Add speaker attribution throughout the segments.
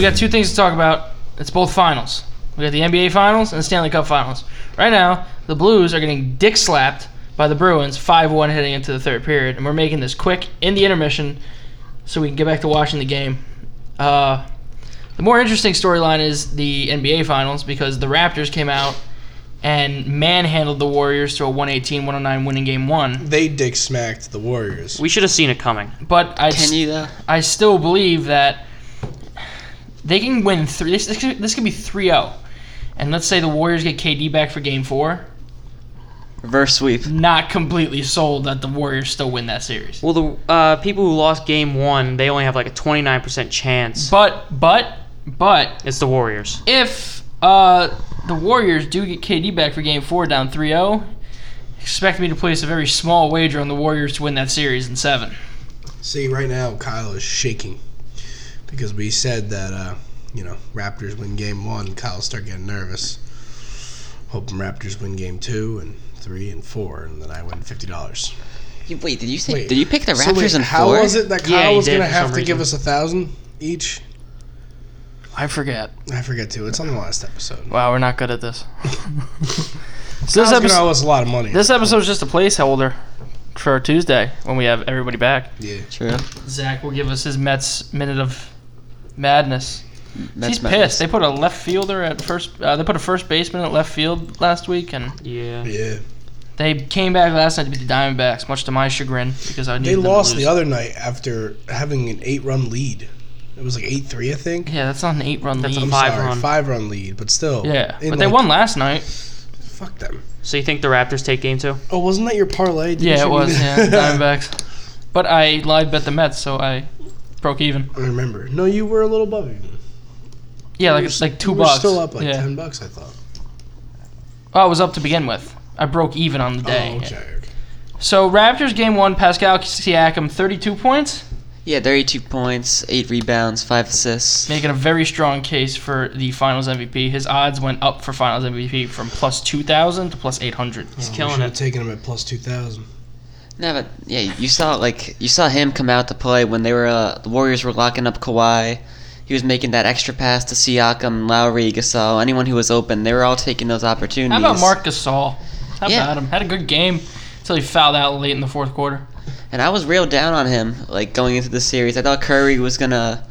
Speaker 1: got two things to talk about. It's both finals. We got the NBA finals and the Stanley Cup finals. Right now, the Blues are getting dick slapped by the Bruins, 5 1 heading into the third period. And we're making this quick in the intermission so we can get back to watching the game. Uh, the more interesting storyline is the NBA finals because the Raptors came out and manhandled the Warriors to a 118 109 winning game one.
Speaker 2: They dick smacked the Warriors.
Speaker 3: We should have seen it coming.
Speaker 1: But I,
Speaker 4: Can you though?
Speaker 1: I still believe that they can win three. This, this, could, this could be 3 0. And let's say the Warriors get KD back for game four.
Speaker 4: Reverse sweep.
Speaker 1: Not completely sold that the Warriors still win that series.
Speaker 3: Well, the uh, people who lost game one, they only have like a 29% chance.
Speaker 1: But, but, but,
Speaker 3: It's the Warriors.
Speaker 1: if uh, the Warriors do get KD back for game four down 3 0, expect me to place a very small wager on the Warriors to win that series in seven.
Speaker 2: See, right now Kyle is shaking because we said that uh, you know Raptors win game one. Kyle start getting nervous, hoping Raptors win game two and three and four, and then I win fifty dollars.
Speaker 4: You- Wait, did you say?
Speaker 2: Wait,
Speaker 4: did you pick the
Speaker 2: So
Speaker 4: Raptors
Speaker 2: wait,
Speaker 4: in
Speaker 2: how
Speaker 4: four?
Speaker 2: was it that Kyle
Speaker 3: Yeah, he
Speaker 2: was
Speaker 3: did
Speaker 2: gonna
Speaker 3: for
Speaker 2: have
Speaker 3: some
Speaker 2: to give us
Speaker 3: reason.
Speaker 2: a thousand each?
Speaker 1: I forget.
Speaker 2: I forget too. It's on the last episode.
Speaker 1: Wow, we're not good at this. so
Speaker 2: Kyle's
Speaker 1: this
Speaker 2: gonna
Speaker 1: episode,
Speaker 2: owe us a lot of money.
Speaker 1: this episode's just a placeholder for Tuesday when we have everybody back.
Speaker 2: yeah.
Speaker 4: True.
Speaker 1: Zach will give us his Mets minute of madness.
Speaker 4: That's
Speaker 1: He's
Speaker 4: my-
Speaker 1: pissed. They put a left fielder at first. Uh, they put a first baseman at left field last week, and
Speaker 3: Yeah.
Speaker 2: Yeah.
Speaker 1: they came back last night to beat the Diamondbacks, much to my chagrin, because I
Speaker 2: They
Speaker 1: needed them to
Speaker 2: lost
Speaker 1: lose.
Speaker 2: the other night after having an eight-run lead. It was like eight-three, I think.
Speaker 1: Yeah, that's not an eight-run
Speaker 3: That's a
Speaker 1: lead.
Speaker 2: I'm
Speaker 3: Five
Speaker 2: sorry,
Speaker 3: run.
Speaker 2: five-run lead, but still.
Speaker 1: yeah,
Speaker 2: in
Speaker 1: but they
Speaker 2: like-
Speaker 1: won last night.
Speaker 2: Fuck them.
Speaker 3: So you think the Raptors take game two?
Speaker 2: Oh, wasn't that your parlay? Didn't
Speaker 1: Yeah,
Speaker 2: you
Speaker 1: it was. Yeah,
Speaker 2: I
Speaker 1: Diamondbacks. But I live bet the Mets, so I broke even.
Speaker 2: remember. No, you were a little above even.
Speaker 1: Yeah, like
Speaker 2: You
Speaker 1: it's
Speaker 2: were-
Speaker 1: like two
Speaker 2: you were
Speaker 1: bucks.
Speaker 2: Still up like
Speaker 1: yeah.
Speaker 2: ten bucks, I thought.
Speaker 1: Well, I was up to begin with. I broke even on the day.
Speaker 2: Oh, okay. okay.
Speaker 1: So Raptors game one, Pascal Siakam, 32 points,
Speaker 4: Yeah, 32 points, 8 rebounds, 5 assists.
Speaker 1: making a very strong case for the Finals MVP. His odds went up for Finals MVP from plus 2,000 to plus 800.
Speaker 2: He's
Speaker 3: killing it.
Speaker 2: Taking him at plus two thousand.
Speaker 4: No, but yeah, you saw like you saw him come out to play when they were uh, the Warriors were locking up Kawhi. He was making that extra pass to Siakam, Lowry, Gasol, anyone who was open. They were all taking those opportunities.
Speaker 1: How about Mark Gasol? How
Speaker 4: Yeah.
Speaker 1: about him? Had a good game until he fouled out late in the fourth quarter.
Speaker 4: And I was real down on him, like going into the series. I thought Curry was gonna,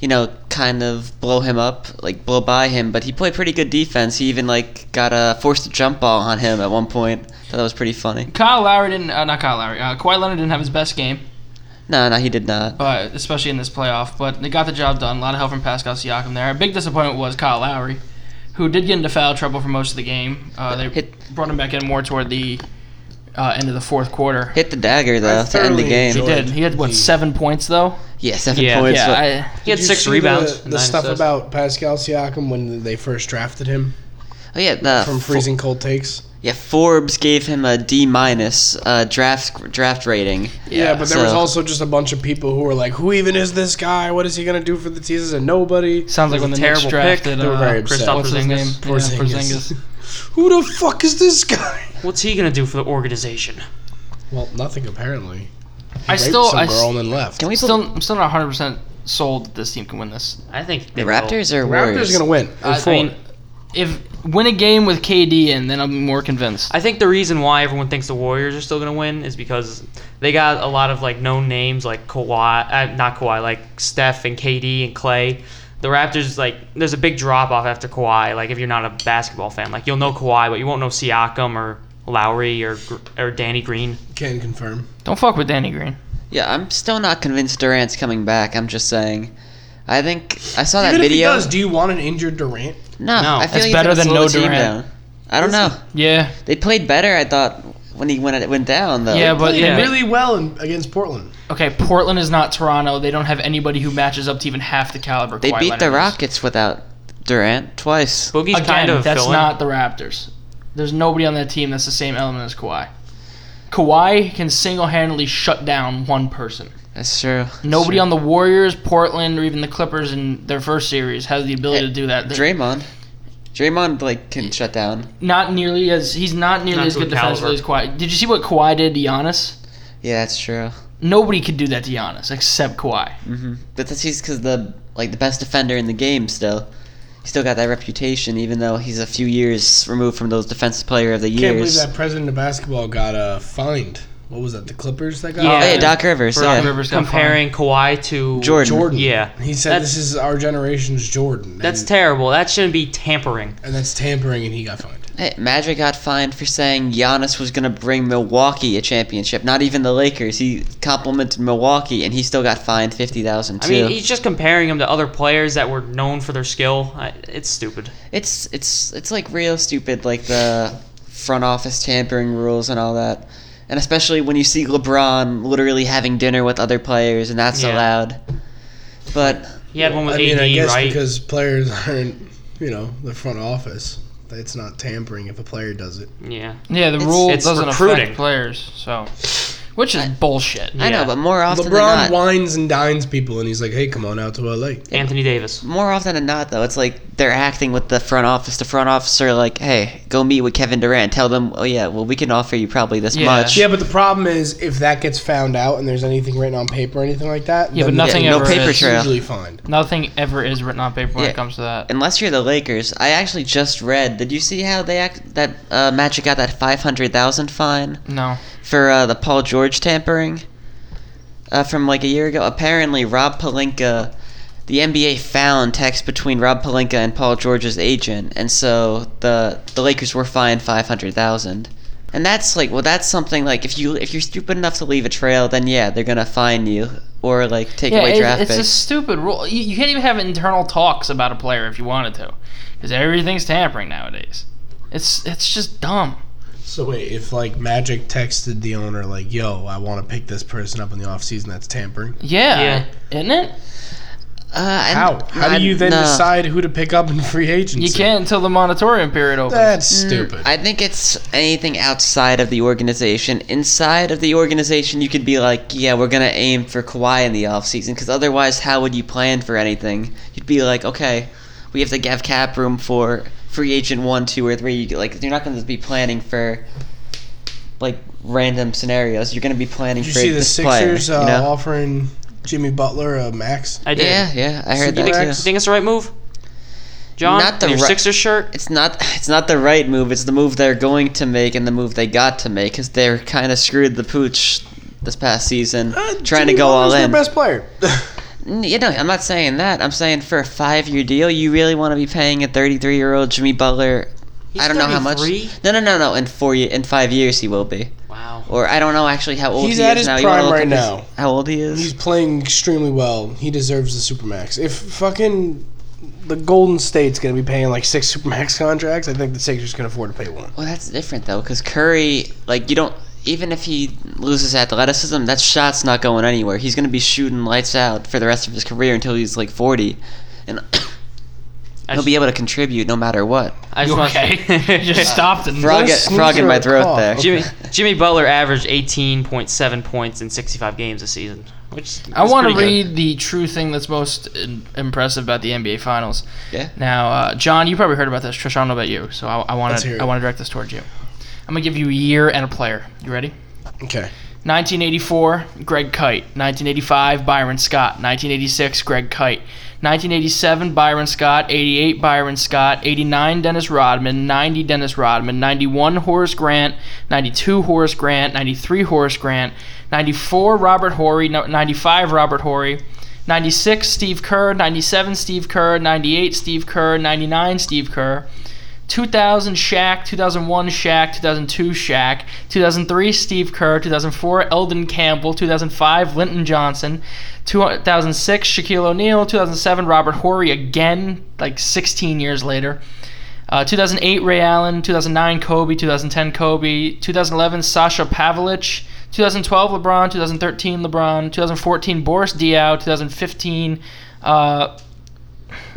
Speaker 4: you know, kind of blow him up, like blow by him. But he played pretty good defense. He even like got a forced jump ball on him at one point. Thought that was pretty funny.
Speaker 1: Kyle Lowry didn't, uh, not Kyle Lowry, uh, Kawhi Leonard didn't have his best game,
Speaker 4: No, no, he did not.
Speaker 1: but especially in this playoff, but they got the job done. A lot of help from Pascal Siakam there. A big disappointment was Kyle Lowry, who did get into foul trouble for most of the game. Uh, they
Speaker 4: Hit-
Speaker 1: brought him back in more toward the uh, end of the fourth quarter.
Speaker 4: Hit the dagger though to end the
Speaker 2: thoroughly
Speaker 4: game.
Speaker 1: He
Speaker 2: enjoyed-
Speaker 1: did. He had what
Speaker 2: He-
Speaker 1: seven points though.
Speaker 4: Yeah, seven
Speaker 3: Yeah.
Speaker 4: points. but-
Speaker 1: yeah,
Speaker 3: He had
Speaker 2: Did you
Speaker 3: six
Speaker 2: see
Speaker 3: rebounds.
Speaker 2: The,
Speaker 3: and
Speaker 2: the
Speaker 3: nine
Speaker 2: stuff
Speaker 3: assists.
Speaker 2: about Pascal Siakam when they first drafted him
Speaker 4: Oh yeah, the
Speaker 2: from
Speaker 4: Fo-
Speaker 2: freezing cold takes.
Speaker 4: yeah, Forbes gave him a D minus uh, draft draft rating.
Speaker 2: Yeah, but there was
Speaker 4: so-
Speaker 2: also just a bunch of people who were like, "Who even is this guy? What is he gonna do for the teasers?" And nobody.
Speaker 1: I, sounds like
Speaker 3: It was
Speaker 1: when
Speaker 3: a
Speaker 1: the Knicks
Speaker 3: terrible pick.
Speaker 1: drafted
Speaker 2: They were very
Speaker 1: uh,
Speaker 2: upset.
Speaker 1: Kristaps what's his
Speaker 3: Porzingis.
Speaker 1: name? Yeah,
Speaker 2: Porzingis.
Speaker 1: Porzingis.
Speaker 2: Who the fuck is this guy?
Speaker 3: What's he gonna do for the organization?
Speaker 2: Well, nothing apparently. He
Speaker 1: I
Speaker 2: raped
Speaker 1: still,
Speaker 2: some
Speaker 1: I
Speaker 2: girl
Speaker 1: s-
Speaker 2: and then left.
Speaker 4: Can we
Speaker 1: still, I'm still not 100 percent sold that this team can win this.
Speaker 3: I think
Speaker 4: the
Speaker 3: they will.
Speaker 4: Raptors or
Speaker 2: The
Speaker 4: Warriors?
Speaker 2: Raptors are gonna win. in
Speaker 1: I
Speaker 2: four.
Speaker 1: mean, if win a game with KD in, then I'm more convinced.
Speaker 3: I think the reason why everyone thinks the Warriors are still going to win is because they got a lot of like known names like Kawhi, uh, not Kawhi, like Steph and KD and Clay. The Raptors like there's a big drop off after Kawhi. Like if you're not a basketball fan, like you'll know Kawhi, but you won't know Siakam or Lowry or Gr- or Danny Green.
Speaker 2: Can confirm.
Speaker 1: Don't fuck with Danny Green.
Speaker 4: Yeah, I'm still not convinced Durant's coming back. I'm just saying. I think I saw that
Speaker 2: Even if he
Speaker 4: video.
Speaker 2: does, do you want an injured Durant?
Speaker 4: no,
Speaker 3: No.
Speaker 4: I
Speaker 3: That's
Speaker 4: feel like
Speaker 1: better
Speaker 4: better
Speaker 1: than
Speaker 4: than slow
Speaker 1: no
Speaker 4: the team
Speaker 1: Durant.
Speaker 4: down. I don't know.
Speaker 1: Yeah,
Speaker 4: They played better, I thought, when he went it went down though.
Speaker 1: yeah, but
Speaker 2: Played
Speaker 1: yeah.
Speaker 2: really well in, against Portland.
Speaker 1: okay. Portland is not Toronto. They don't have anybody who matches up to even half the caliber.
Speaker 4: they
Speaker 1: Kawhi
Speaker 4: beat
Speaker 1: Leonard
Speaker 4: the
Speaker 1: is.
Speaker 4: Rockets without Durant twice.
Speaker 3: Boogie's
Speaker 1: Again,
Speaker 3: kind of
Speaker 1: that's
Speaker 3: filling.
Speaker 1: not the Raptors. There's nobody on that team that's the same element as Kawhi. Kawhi can single-handedly shut down one person.
Speaker 4: That's true. That's
Speaker 1: Nobody
Speaker 4: true.
Speaker 1: on the Warriors, Portland, or even the Clippers in their first series has the ability to do that. They-
Speaker 4: Draymond. Draymond like can shut down.
Speaker 1: Not nearly as he's not nearly
Speaker 3: Not
Speaker 1: as
Speaker 3: to a
Speaker 1: good defensively as
Speaker 3: caliber.
Speaker 1: Kawhi. Did you see what Kawhi did to Giannis?
Speaker 4: Yeah, that's true.
Speaker 1: Nobody could do that to Giannis except Kawhi.
Speaker 4: hmm But that's just because the like the best defender in the game still. He's still got that reputation, even though he's a few years removed from those Defensive Player of the
Speaker 2: Can't believe
Speaker 4: Years.
Speaker 2: that president of basketball got uh, fined. What was that? The Clippers that got
Speaker 3: Yeah.
Speaker 4: Oh, yeah,
Speaker 2: fined?
Speaker 4: Doc Rivers.
Speaker 3: For
Speaker 4: yeah.
Speaker 1: Rivers got
Speaker 3: comparing Kawhi to
Speaker 4: Jordan.
Speaker 2: Jordan.
Speaker 3: Yeah.
Speaker 2: He said
Speaker 3: That's-
Speaker 2: this is our generation's Jordan.
Speaker 3: That's
Speaker 2: and,
Speaker 3: terrible. That shouldn't be tampering.
Speaker 2: and that's tampering, and he got fined.
Speaker 4: Hey, Magic got fined for saying Giannis was going to bring Milwaukee a championship, not even the Lakers. He complimented Milwaukee, and he still got fined fifty thousand
Speaker 3: I
Speaker 4: too.
Speaker 3: mean, he's just comparing him to other players that were known for their skill. I, it's stupid.
Speaker 4: it's it's it's like real stupid, like the front office tampering rules and all that, and especially when you see LeBron literally having dinner with other players, and that's
Speaker 3: Yeah.
Speaker 4: allowed. But
Speaker 3: He had one with
Speaker 2: I mean,
Speaker 3: AD,
Speaker 2: I guess
Speaker 3: right?
Speaker 2: because players aren't, you know, the front office. It's not tampering if a player does it.
Speaker 3: yeah.
Speaker 1: Yeah, the
Speaker 4: It's-
Speaker 1: rule
Speaker 3: it's
Speaker 1: doesn't
Speaker 3: recruiting.
Speaker 1: affect players, so which is bullshit.
Speaker 4: I
Speaker 3: Yeah.
Speaker 4: know, but more often than
Speaker 2: LeBron
Speaker 4: not,
Speaker 2: wines and dines people, and he's like, "Hey, come on out to LA."
Speaker 3: Anthony Davis.
Speaker 4: more often than not though it's like they're acting with the front office the front officer like hey go meet with kevin durant tell them oh yeah well we can offer you probably this
Speaker 1: Yeah.
Speaker 4: much
Speaker 2: Yeah, but the problem is if that gets found out and there's anything written on paper or anything like that,
Speaker 1: Yeah, but
Speaker 2: then
Speaker 1: nothing
Speaker 4: Yeah, no
Speaker 1: ever
Speaker 4: paper
Speaker 1: is.
Speaker 4: trail.
Speaker 2: It's usually fine.
Speaker 1: Nothing ever is written on paper when
Speaker 4: Yeah.
Speaker 1: it comes to that.
Speaker 4: unless you're the lakers i actually just read did you see how they act that uh, magic got that 500000 fine
Speaker 1: No.
Speaker 4: for uh, the paul george tampering uh, from like a year ago apparently rob palinka the NBA found text between Rob Palinka and Paul George's agent, and so the the Lakers were fined five hundred thousand. And that's like, well, that's something like if you if you're stupid enough to leave a trail, then yeah, they're gonna fine you or like take
Speaker 1: Yeah,
Speaker 4: away
Speaker 1: it-
Speaker 4: draft
Speaker 1: it's a
Speaker 4: picks.
Speaker 1: stupid rule. You, you can't even have internal talks about a player if you wanted to, because everything's tampering nowadays. It's it's just dumb.
Speaker 2: So wait, if like Magic texted the owner like, "Yo, I want to pick this person up in the offseason," that's tampering.
Speaker 1: Yeah,
Speaker 3: Yeah.
Speaker 1: isn't it?
Speaker 4: Uh, and-
Speaker 2: How? How
Speaker 4: I'm-
Speaker 2: do you then
Speaker 4: no.
Speaker 2: decide who to pick up in free agency?
Speaker 1: You can't until the monitorium period opens.
Speaker 2: That's
Speaker 4: Mm,
Speaker 2: stupid.
Speaker 4: I think it's anything outside of the organization. Inside of the organization, you could be like, yeah, we're going to aim for Kawhi in the offseason because otherwise, how would you plan for anything? You'd be like, okay, we have to have cap room for free agent one, two, or three. You- Like, you're not going to be planning for like random scenarios. You're going to be planning
Speaker 2: Did you
Speaker 4: for
Speaker 2: see the
Speaker 4: this player.
Speaker 2: Sixers uh,
Speaker 4: you know?
Speaker 2: offering Jimmy Butler a max?
Speaker 3: I did.
Speaker 4: yeah, yeah, I heard
Speaker 2: You
Speaker 4: that
Speaker 2: think-
Speaker 3: You think,
Speaker 4: too.
Speaker 2: Correct.
Speaker 3: think it's the right move? John,
Speaker 4: Not the
Speaker 3: in your
Speaker 4: ri-
Speaker 3: Sixers shirt?
Speaker 4: It's not it's not the right move. It's the move they're going to make and the move they got to make because they're kind of screwed the pooch this past season, trying to
Speaker 2: Uh, Jimmy
Speaker 4: go all
Speaker 2: Butler's
Speaker 4: in.
Speaker 2: Their best player.
Speaker 4: N- You know, I'm not saying that. I'm saying for a five-year deal, you really want to be paying a 33-year-old Jimmy Butler.
Speaker 3: He's
Speaker 4: I don't know how much.
Speaker 3: 33?
Speaker 4: No, no, no, no. In four, ye- in five years, he will be.
Speaker 3: Wow.
Speaker 4: Or I don't know actually how old
Speaker 2: He's
Speaker 4: he
Speaker 2: at
Speaker 4: is
Speaker 2: his
Speaker 4: now. You
Speaker 2: prime
Speaker 4: wanna look
Speaker 2: right
Speaker 4: up his-
Speaker 2: now.
Speaker 4: how old he is?
Speaker 2: He's playing extremely well. He deserves the supermax. If fucking the Golden State's gonna be paying like six supermax contracts, I think the Sixers can afford to pay one.
Speaker 4: Well, that's different though, because Curry, like you don't. Even if he loses athleticism, that shot's not going anywhere. He's going to be shooting lights out for the rest of his career until he's like 40, and
Speaker 3: I
Speaker 4: he'll
Speaker 3: just,
Speaker 4: be able to contribute no matter what.
Speaker 3: I just
Speaker 1: You
Speaker 3: want
Speaker 1: okay? Uh, you just stopped and
Speaker 4: Frog,
Speaker 2: that a
Speaker 4: frog
Speaker 2: sneeze or
Speaker 4: in my
Speaker 2: a
Speaker 4: throat
Speaker 2: cough?
Speaker 4: there.
Speaker 2: Okay.
Speaker 3: Jimmy, Jimmy Butler averaged 18.7 points in 65 games this season, which
Speaker 1: I
Speaker 3: is
Speaker 1: want to
Speaker 3: pretty good.
Speaker 1: read the true thing that's most in- impressive about the NBA Finals.
Speaker 4: Yeah.
Speaker 1: Now, uh, John, you probably heard about this. Trish, I don't know about you, so I want
Speaker 2: Let's hear
Speaker 1: to
Speaker 2: it.
Speaker 1: I want to direct this towards you. I'm gonna give you a year and a player. You ready?
Speaker 2: Okay.
Speaker 1: 1984, Greg Kite. 1985, Byron Scott. 1986, Greg Kite. 1987, Byron Scott. 88, Byron Scott. 89, Dennis Rodman. 90, Dennis Rodman. 91, Horace Grant. 92, Horace Grant. 93, Horace Grant. 94, Robert Horry. No- 95, Robert Horry. 96, Steve Kerr. 97, Steve Kerr. 98, Steve Kerr. 99, Steve Kerr. 2000 Shaq, 2001 Shaq, 2002 Shaq, 2003 Steve Kerr, 2004 Eldon Campbell, 2005 Linton Johnson, 2006 Shaquille O'Neal, 2007 Robert Horry again, like 16 years later. Uh, 2008 Ray Allen, 2009 Kobe, 2010 Kobe, 2011 Sasha Pavlich, 2012 LeBron, 2013 LeBron, 2014 Boris Diaw, 2015 uh,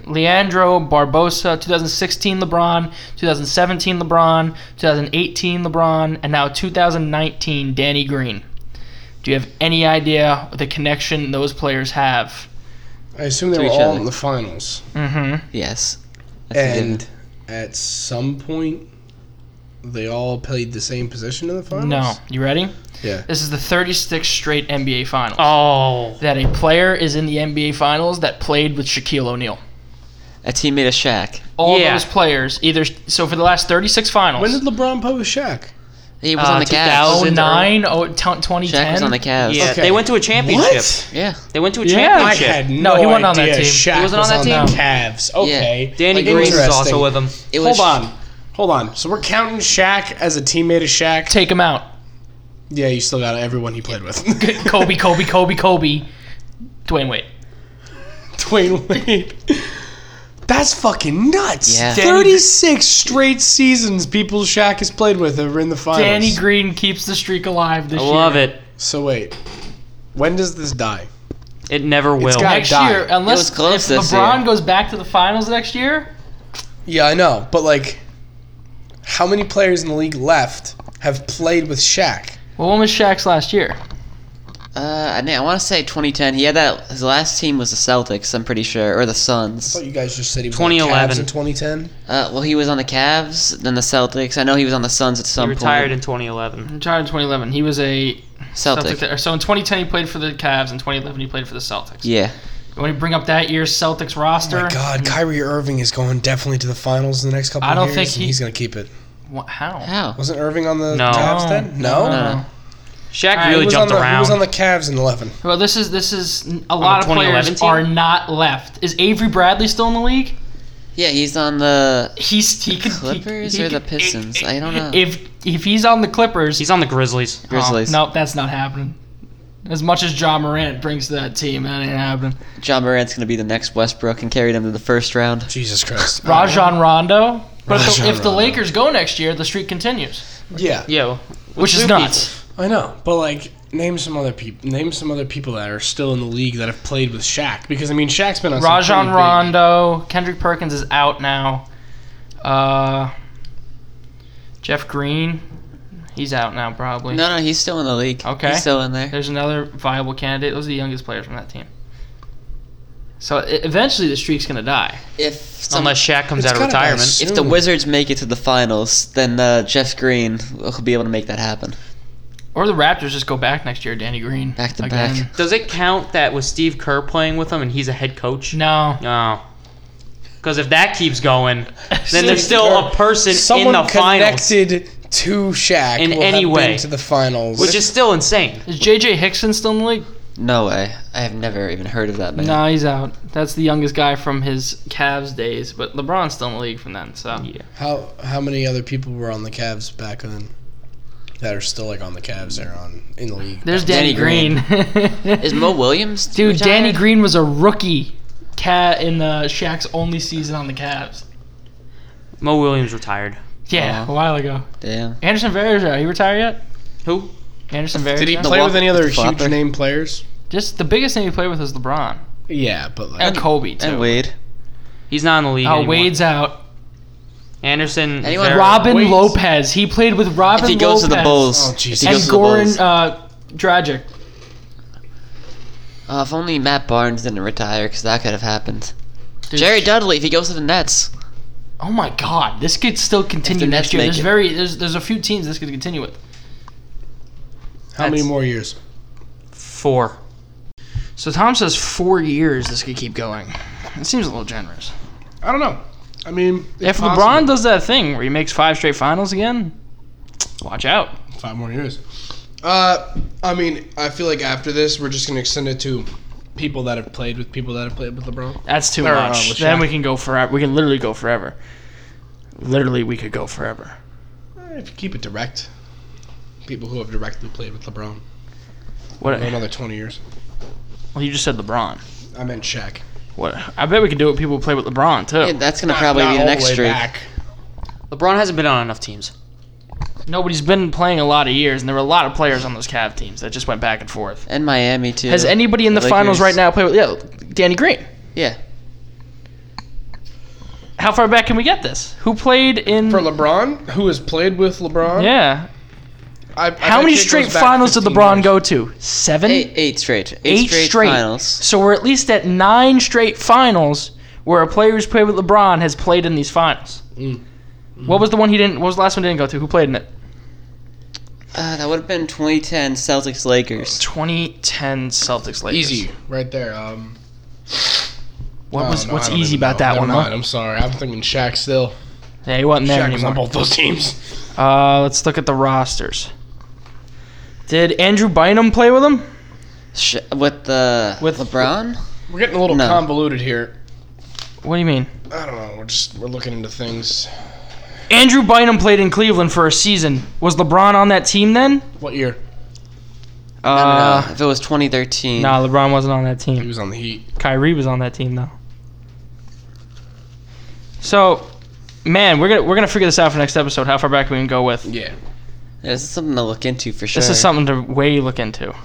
Speaker 1: Leandro Barbosa, 2016 LeBron, 2017 LeBron, 2018 LeBron, and now 2019 Danny Green. Do you have any idea the connection those players have?
Speaker 2: I assume they
Speaker 4: To
Speaker 2: were
Speaker 4: each
Speaker 2: all
Speaker 4: other.
Speaker 2: in the finals,
Speaker 1: Mm-hmm.
Speaker 4: Yes. That's a given.
Speaker 2: and at some point, they all played the same position in the finals?
Speaker 1: No. You ready?
Speaker 2: Yeah.
Speaker 1: This is the 36th straight NBA Finals.
Speaker 3: Oh,
Speaker 1: That a player is in the NBA Finals that played with Shaquille O'Neal.
Speaker 4: A teammate of Shaq.
Speaker 1: All
Speaker 3: Yeah.
Speaker 1: those players, either so for the last 36 Finals.
Speaker 2: When did LeBron play with Shaq?
Speaker 4: He was
Speaker 3: Uh,
Speaker 4: on the Cavs.
Speaker 3: 2000.
Speaker 1: 09, oh, t-
Speaker 4: Shaq
Speaker 1: 2010.
Speaker 4: was on the Cavs.
Speaker 3: yeah.
Speaker 2: Okay.
Speaker 3: They went to a championship.
Speaker 4: Yeah.
Speaker 3: They went to a
Speaker 1: Yeah.
Speaker 2: I
Speaker 3: championship.
Speaker 2: had no,
Speaker 1: No, he wasn't on that
Speaker 2: idea
Speaker 1: team.
Speaker 2: Shaq
Speaker 3: He wasn't on
Speaker 2: was
Speaker 3: that
Speaker 2: on
Speaker 3: team.
Speaker 2: the Cavs. Okay.
Speaker 3: Danny
Speaker 2: Like,
Speaker 3: Green is
Speaker 2: interesting.
Speaker 3: also with them.
Speaker 4: It was
Speaker 2: Hold on. Hold on. So we're counting Shaq as a teammate of Shaq.
Speaker 1: Take him out.
Speaker 2: yeah, you still got everyone he played with.
Speaker 1: Kobe, Kobe, Kobe, Kobe. Dwayne Wade.
Speaker 2: Dwayne Wade. That's fucking nuts.
Speaker 4: Yeah.
Speaker 3: Danny-
Speaker 2: 36 straight seasons people Shaq has played with are in the finals.
Speaker 1: Danny Green keeps the streak alive this
Speaker 3: I
Speaker 1: year.
Speaker 3: love it.
Speaker 2: so wait. When does this die?
Speaker 3: It never will.
Speaker 2: got-
Speaker 1: Next
Speaker 2: die.
Speaker 1: year,
Speaker 4: It
Speaker 1: unless
Speaker 4: was close
Speaker 1: if
Speaker 4: this
Speaker 1: LeBron
Speaker 4: year.
Speaker 1: goes back to the finals next year,
Speaker 2: Yeah, I know. But like how many players in the league left have played with Shaq?
Speaker 1: well, when was Shaq's last year?
Speaker 4: Uh, I, mean, I want to say 2010. He had that. His last team was the Celtics, I'm pretty sure, or the Suns.
Speaker 2: But you guys just said he was on the
Speaker 3: 2011.
Speaker 2: Cavs in 2010.
Speaker 4: Uh, well, he was on the Cavs, then the Celtics. I know he was on the Suns at
Speaker 3: He
Speaker 4: some
Speaker 3: retired in
Speaker 4: point.
Speaker 3: 2011.
Speaker 1: Retired in 2011. He was a
Speaker 4: Celtic.
Speaker 1: Celtic. So in 2010 he played for the Cavs. In 2011 he played for the Celtics.
Speaker 4: Yeah. Oh
Speaker 1: You want to bring up that year's Celtics roster?
Speaker 2: My God, Kyrie Irving is going definitely to the finals in the next couple
Speaker 1: I
Speaker 2: of
Speaker 1: don't
Speaker 2: years.
Speaker 1: think
Speaker 2: and
Speaker 1: he-
Speaker 2: he's going to keep it.
Speaker 1: Wha- How?
Speaker 4: How?
Speaker 2: Wasn't Irving on the
Speaker 3: No.
Speaker 1: Oh.
Speaker 2: Cavs then? No.
Speaker 4: No. Oh.
Speaker 3: Shaq
Speaker 1: Alright,
Speaker 3: really
Speaker 2: Who was
Speaker 3: jumped
Speaker 2: on the, who
Speaker 3: around.
Speaker 2: was on the Cavs in 11?
Speaker 1: Well, this is this is a lot of
Speaker 3: 2011
Speaker 1: players
Speaker 3: team?
Speaker 1: are not left. Is Avery Bradley still in the league?
Speaker 4: Yeah, he's on the.
Speaker 1: He's he could he-
Speaker 4: Clippers
Speaker 1: he
Speaker 4: or the
Speaker 1: could-
Speaker 4: Pistons? I don't know.
Speaker 1: If if he's on the Clippers,
Speaker 3: He's on the Grizzlies.
Speaker 4: Grizzlies.
Speaker 1: Oh, no, that's not happening. As much as John Morant brings to that team, that ain't happening.
Speaker 4: John Morant's gonna be the next Westbrook and carry them to the first round.
Speaker 2: Jesus Christ.
Speaker 1: Rajon Rondo. But if the,
Speaker 2: Rajon
Speaker 1: if the
Speaker 2: Rondo.
Speaker 1: Lakers go next year, the streak continues,
Speaker 2: yeah.
Speaker 3: Yo,
Speaker 1: which is
Speaker 3: two
Speaker 1: nuts.
Speaker 2: I know, but like name some other people. Name some other people that are still in the league that have played with Shaq because I mean Shaq's been on some
Speaker 1: Rajon
Speaker 2: pretty big-
Speaker 1: Rondo, Kendrick Perkins is out now. Uh, Jeff Green, he's out now probably.
Speaker 4: No, no, he's still in the league.
Speaker 1: Okay.
Speaker 4: He's still in there.
Speaker 1: There's another viable candidate. Those are the youngest players from that team. So e- eventually the streak's gonna die.
Speaker 4: If some,
Speaker 3: Unless Shaq comes
Speaker 2: It's Mm.
Speaker 3: out
Speaker 2: gotta
Speaker 3: of
Speaker 2: die
Speaker 3: retirement.
Speaker 2: soon.
Speaker 4: if the Wizards make it to the finals, then uh, Jeff Green will be able to make that happen.
Speaker 1: Or the Raptors just go back next year, Danny Green.
Speaker 4: Back to
Speaker 1: again.
Speaker 4: back.
Speaker 3: Does it count that with Steve Kerr playing with him and he's a head coach?
Speaker 1: No.
Speaker 3: No. Because if that keeps going, then
Speaker 1: Steve
Speaker 3: there's still a person
Speaker 2: Someone
Speaker 3: in the finals,
Speaker 2: connected to Shaq
Speaker 3: In
Speaker 2: will
Speaker 3: any
Speaker 2: have
Speaker 3: way.
Speaker 2: been to the finals.
Speaker 3: which is still insane.
Speaker 1: Is JJ Hickson still in the league?
Speaker 4: No way. I have never even heard of that man.
Speaker 1: No, he's out. That's the youngest guy from his Cavs days, but LeBron's still in the league from then. So
Speaker 2: how how many other people were on the Cavs back then that are still like on the Cavs that are on in the league?
Speaker 1: there's
Speaker 4: Danny
Speaker 1: Danny, Green.
Speaker 4: Is Mo Williams?
Speaker 1: Dude,
Speaker 4: retired?
Speaker 1: Danny Green was a rookie cat in the Shaq's only season on the Cavs.
Speaker 3: Mo Williams retired.
Speaker 1: Yeah,
Speaker 4: Uh-huh.
Speaker 1: a while ago.
Speaker 4: Damn.
Speaker 1: Anderson Varejao, he retired yet?
Speaker 3: Who?
Speaker 1: Anderson Varejao.
Speaker 2: Did he
Speaker 4: The
Speaker 2: play
Speaker 4: wa-
Speaker 2: with any other
Speaker 4: the
Speaker 2: huge
Speaker 4: flopper.
Speaker 2: name players?
Speaker 1: Just the biggest name he played with was LeBron
Speaker 2: Yeah, but
Speaker 1: and
Speaker 2: like
Speaker 1: Kobe too.
Speaker 4: And Wade.
Speaker 3: He's not in the league.
Speaker 1: Oh,
Speaker 3: anymore.
Speaker 1: Wade's out.
Speaker 3: Anderson.
Speaker 4: Anyone-
Speaker 3: Varejao.
Speaker 1: Robin
Speaker 2: Wade's-
Speaker 1: Lopez. He played with Robin
Speaker 4: If he goes
Speaker 1: Lopez
Speaker 4: to the Bulls,
Speaker 2: Oh, Jesus.
Speaker 4: if he
Speaker 1: and
Speaker 4: goes to the
Speaker 1: Goran
Speaker 4: Bulls,
Speaker 1: uh, Dragic.
Speaker 4: Uh, if only Matt Barnes didn't retire, because that could have happened. Jerry Dudley, if he goes to the Nets,
Speaker 1: Oh my God, this could still continue
Speaker 4: Nets
Speaker 1: next year.
Speaker 4: make
Speaker 1: There's
Speaker 4: it.
Speaker 1: very there's there's a few teams this could continue with.
Speaker 2: how many
Speaker 3: that's-
Speaker 2: more years?
Speaker 3: Four.
Speaker 1: So Tom says four years this could keep going. It seems a little generous.
Speaker 2: I don't know. I mean,
Speaker 1: If
Speaker 2: it's
Speaker 1: LeBron
Speaker 2: possible.
Speaker 1: does that thing where he makes five straight finals again, watch out.
Speaker 2: Five more years. Uh, I mean, I feel like after this, we're just gonna extend it to people that have played with people that have played with LeBron.
Speaker 1: That's too
Speaker 2: Or, uh,
Speaker 1: much.
Speaker 2: with
Speaker 1: then
Speaker 2: Shaq.
Speaker 1: we can go forever. We can literally go forever. Literally, we could go forever.
Speaker 2: Eh, If you keep it direct, people who have directly played with LeBron
Speaker 1: What?
Speaker 2: for another twenty years.
Speaker 1: Well, you just said LeBron.
Speaker 2: I meant Shaq.
Speaker 1: What? I bet we could do it. with People who play with LeBron too.
Speaker 4: yeah, that's gonna probably
Speaker 2: Not
Speaker 4: be the
Speaker 2: all
Speaker 4: next
Speaker 2: way
Speaker 4: streak.
Speaker 2: back.
Speaker 3: LeBron hasn't been on enough teams.
Speaker 1: Nobody's been playing a lot of years, and there were a lot of players on those Cav teams that just went back and forth.
Speaker 4: And Miami too.
Speaker 1: Has anybody in the
Speaker 4: Lakers.
Speaker 1: finals right now played with? Yeah, Danny Green.
Speaker 4: Yeah,
Speaker 1: How far back can we get this? Who played in?
Speaker 2: For LeBron, who has played with LeBron,
Speaker 1: yeah.
Speaker 2: I, I
Speaker 1: How
Speaker 2: bet
Speaker 1: many
Speaker 2: it goes
Speaker 1: straight
Speaker 2: back
Speaker 1: finals did
Speaker 2: 15
Speaker 1: LeBron
Speaker 2: years.
Speaker 1: go to? Seven.
Speaker 4: eight, eight straight, eight,
Speaker 1: eight
Speaker 4: straight,
Speaker 1: straight,
Speaker 4: finals.
Speaker 1: So we're at least at nine straight finals where a player who's played with LeBron has played in these finals. What was the one he didn't? What was the last one he didn't go to? Who played in it?
Speaker 4: Uh, that would have been 2010 Celtics Lakers.
Speaker 1: 2010 Celtics Lakers.
Speaker 2: Easy, right there. Um,
Speaker 1: What
Speaker 2: I
Speaker 1: was
Speaker 2: don't know,
Speaker 1: what's
Speaker 2: I don't
Speaker 1: easy
Speaker 2: even
Speaker 1: about
Speaker 2: know.
Speaker 1: that
Speaker 2: Never
Speaker 1: one?
Speaker 2: mind,
Speaker 1: Huh?
Speaker 2: I'm sorry. I'm thinking Shaq still.
Speaker 1: Yeah, he wasn't there
Speaker 2: Shaq was on
Speaker 1: anymore.
Speaker 2: both those teams.
Speaker 1: Uh, let's look at the rosters. Did Andrew Bynum play with him?
Speaker 4: Sh- with the
Speaker 1: With-
Speaker 4: with LeBron.
Speaker 2: We're getting a little
Speaker 4: No.
Speaker 2: convoluted here.
Speaker 1: What do you mean?
Speaker 2: I don't know. We're just we're looking into things.
Speaker 1: Andrew Bynum played in Cleveland for a season. Was LeBron on that team then?
Speaker 2: What year?
Speaker 4: I don't
Speaker 1: Uh,
Speaker 4: know. If it was 2013.
Speaker 1: nah, LeBron wasn't on that
Speaker 2: He
Speaker 1: team.
Speaker 2: was on the Heat.
Speaker 1: Kyrie was on that team though. So, man, we're gonna we're gonna figure this out for next episode. How far back we can go with?
Speaker 2: Yeah.
Speaker 4: This is something to look into for sure.
Speaker 1: This is something to way look into.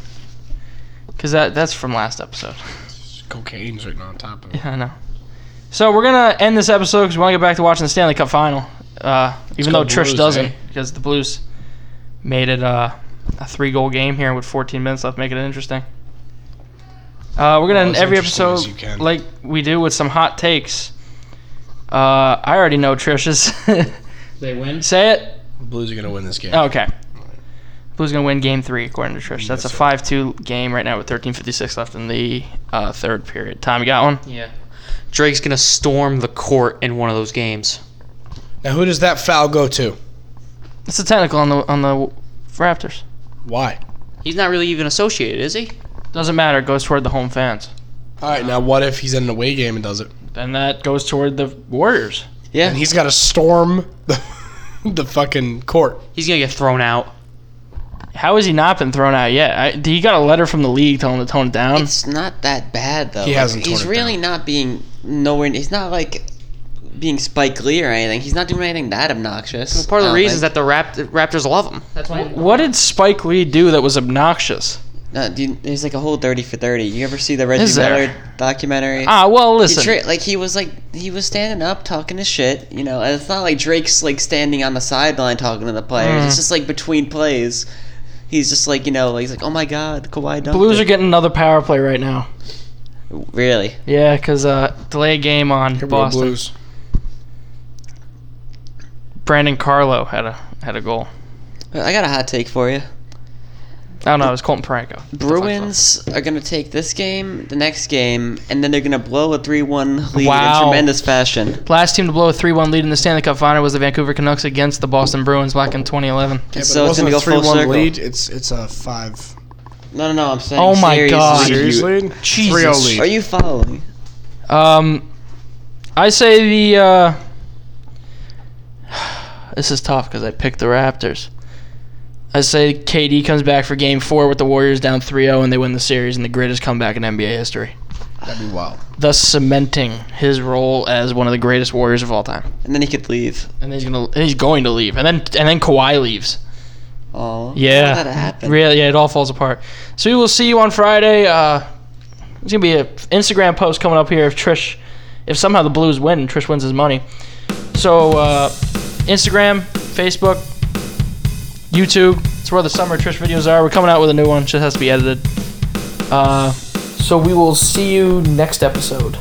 Speaker 1: Cause that that's from last episode.
Speaker 2: Cocaine's right on top of it.
Speaker 1: Yeah, I know. So we're gonna end this episode because we want to get back to watching the Stanley Cup Final. Uh, even
Speaker 2: go
Speaker 1: though Trish
Speaker 2: Blues,
Speaker 1: doesn't,
Speaker 2: eh?
Speaker 1: because the Blues made it uh, a three-goal game here with 14 minutes left, making it interesting. Uh, we're gonna
Speaker 2: Well,
Speaker 1: end
Speaker 2: as
Speaker 1: every
Speaker 2: interesting as
Speaker 1: episode
Speaker 2: you can.
Speaker 1: like we do with some hot takes. Uh, I already know Trish's.
Speaker 3: They win.
Speaker 1: Say it. Oh,
Speaker 2: The Blues are gonna win this game.
Speaker 1: Okay. Blues gonna win Game Three according to Trish. That's a
Speaker 2: Mm, Yes, sir.
Speaker 1: five-two game right now with 13:56 left in the uh, third period. Tom, you got one?
Speaker 3: Yeah. Drake's gonna storm the court in one of those games.
Speaker 2: Now who does that foul go to?
Speaker 1: It's a technical on the on the Raptors.
Speaker 2: Why?
Speaker 3: He's not really even associated, is he?
Speaker 1: Doesn't matter. It goes toward the home fans.
Speaker 2: All right. Now what if he's in an away game and does it?
Speaker 1: Then that goes toward the Warriors.
Speaker 4: yeah.
Speaker 2: And he's got to storm the the fucking court.
Speaker 3: He's gonna get thrown out.
Speaker 1: How has he not been thrown out yet? I, he got a letter from the league telling him to tone it down.
Speaker 4: It's not that bad though.
Speaker 2: He
Speaker 4: Like,
Speaker 2: hasn't torn
Speaker 4: He's
Speaker 2: it
Speaker 4: really
Speaker 2: down.
Speaker 4: not being nowhere. He's not like being Spike Lee or anything. He's not doing anything that obnoxious. Uh,
Speaker 3: Part of
Speaker 4: I
Speaker 3: the
Speaker 4: don't
Speaker 3: reason is
Speaker 4: think.
Speaker 3: that the Rap- Raptors love him. That's why.
Speaker 1: what did Spike Lee do that was obnoxious?
Speaker 4: No, dude, there's like a whole thirty for thirty. You ever see the Reggie
Speaker 1: there?
Speaker 4: Miller documentary?
Speaker 1: Ah, well,
Speaker 4: He
Speaker 1: listen.
Speaker 4: tra- like he was like he was standing up talking his shit, you know. And it's not like Drake's like standing on the sideline talking to the players.
Speaker 1: Mm.
Speaker 4: It's just like between plays, he's just like you know, like, he's like, oh my god, Kawhi dunked
Speaker 1: Blues
Speaker 4: it."
Speaker 1: are getting another power play right now.
Speaker 4: really.
Speaker 1: Yeah, because uh, delay game on
Speaker 2: Here we go,
Speaker 1: Boston.
Speaker 2: Blues.
Speaker 1: Brandon Carlo had a had a goal.
Speaker 4: I got a hot take for you.
Speaker 1: I don't know. Oh, It was Colton Parenko.
Speaker 4: Bruins are gonna take this game, the next game, and then they're gonna blow a three-one lead
Speaker 1: Wow.
Speaker 4: in tremendous fashion.
Speaker 1: Last team to blow a 3-1 lead in the Stanley Cup Final was the Vancouver Canucks against the Boston Bruins back in 2011.
Speaker 2: Yeah, but
Speaker 4: so
Speaker 2: it
Speaker 4: it's gonna
Speaker 2: wasn't
Speaker 4: go
Speaker 2: a
Speaker 4: full
Speaker 2: three-one
Speaker 4: circle.
Speaker 2: lead. It's it's a five.
Speaker 4: No, no, no. I'm saying.
Speaker 1: Oh my
Speaker 4: series
Speaker 1: God.
Speaker 4: lead.
Speaker 2: Series lead.
Speaker 1: Jesus.
Speaker 2: Three-oh lead.
Speaker 4: Are you following?
Speaker 1: Um, I say the. Uh, this is tough because I picked the Raptors. I say KD comes back for Game Four with the Warriors down 3-0 and they win the series and the greatest comeback in NBA history,
Speaker 2: That'd be wild.
Speaker 1: thus cementing his role as one of the greatest Warriors of all time.
Speaker 4: And then he could leave.
Speaker 1: And then he's gonna, and he's going to leave, and then and then Kawhi leaves.
Speaker 4: Oh.
Speaker 1: Yeah,
Speaker 4: How did that happen?
Speaker 1: really, yeah, it all falls apart. So we will see you on Friday. Uh, it's gonna be an Instagram post coming up here if Trish, if somehow the Blues win, and Trish wins his money. So uh, Instagram, Facebook, YouTube. It's where the summer Trish videos are. We're coming out with a new one. Just has to be edited. Uh, so we will see you next episode.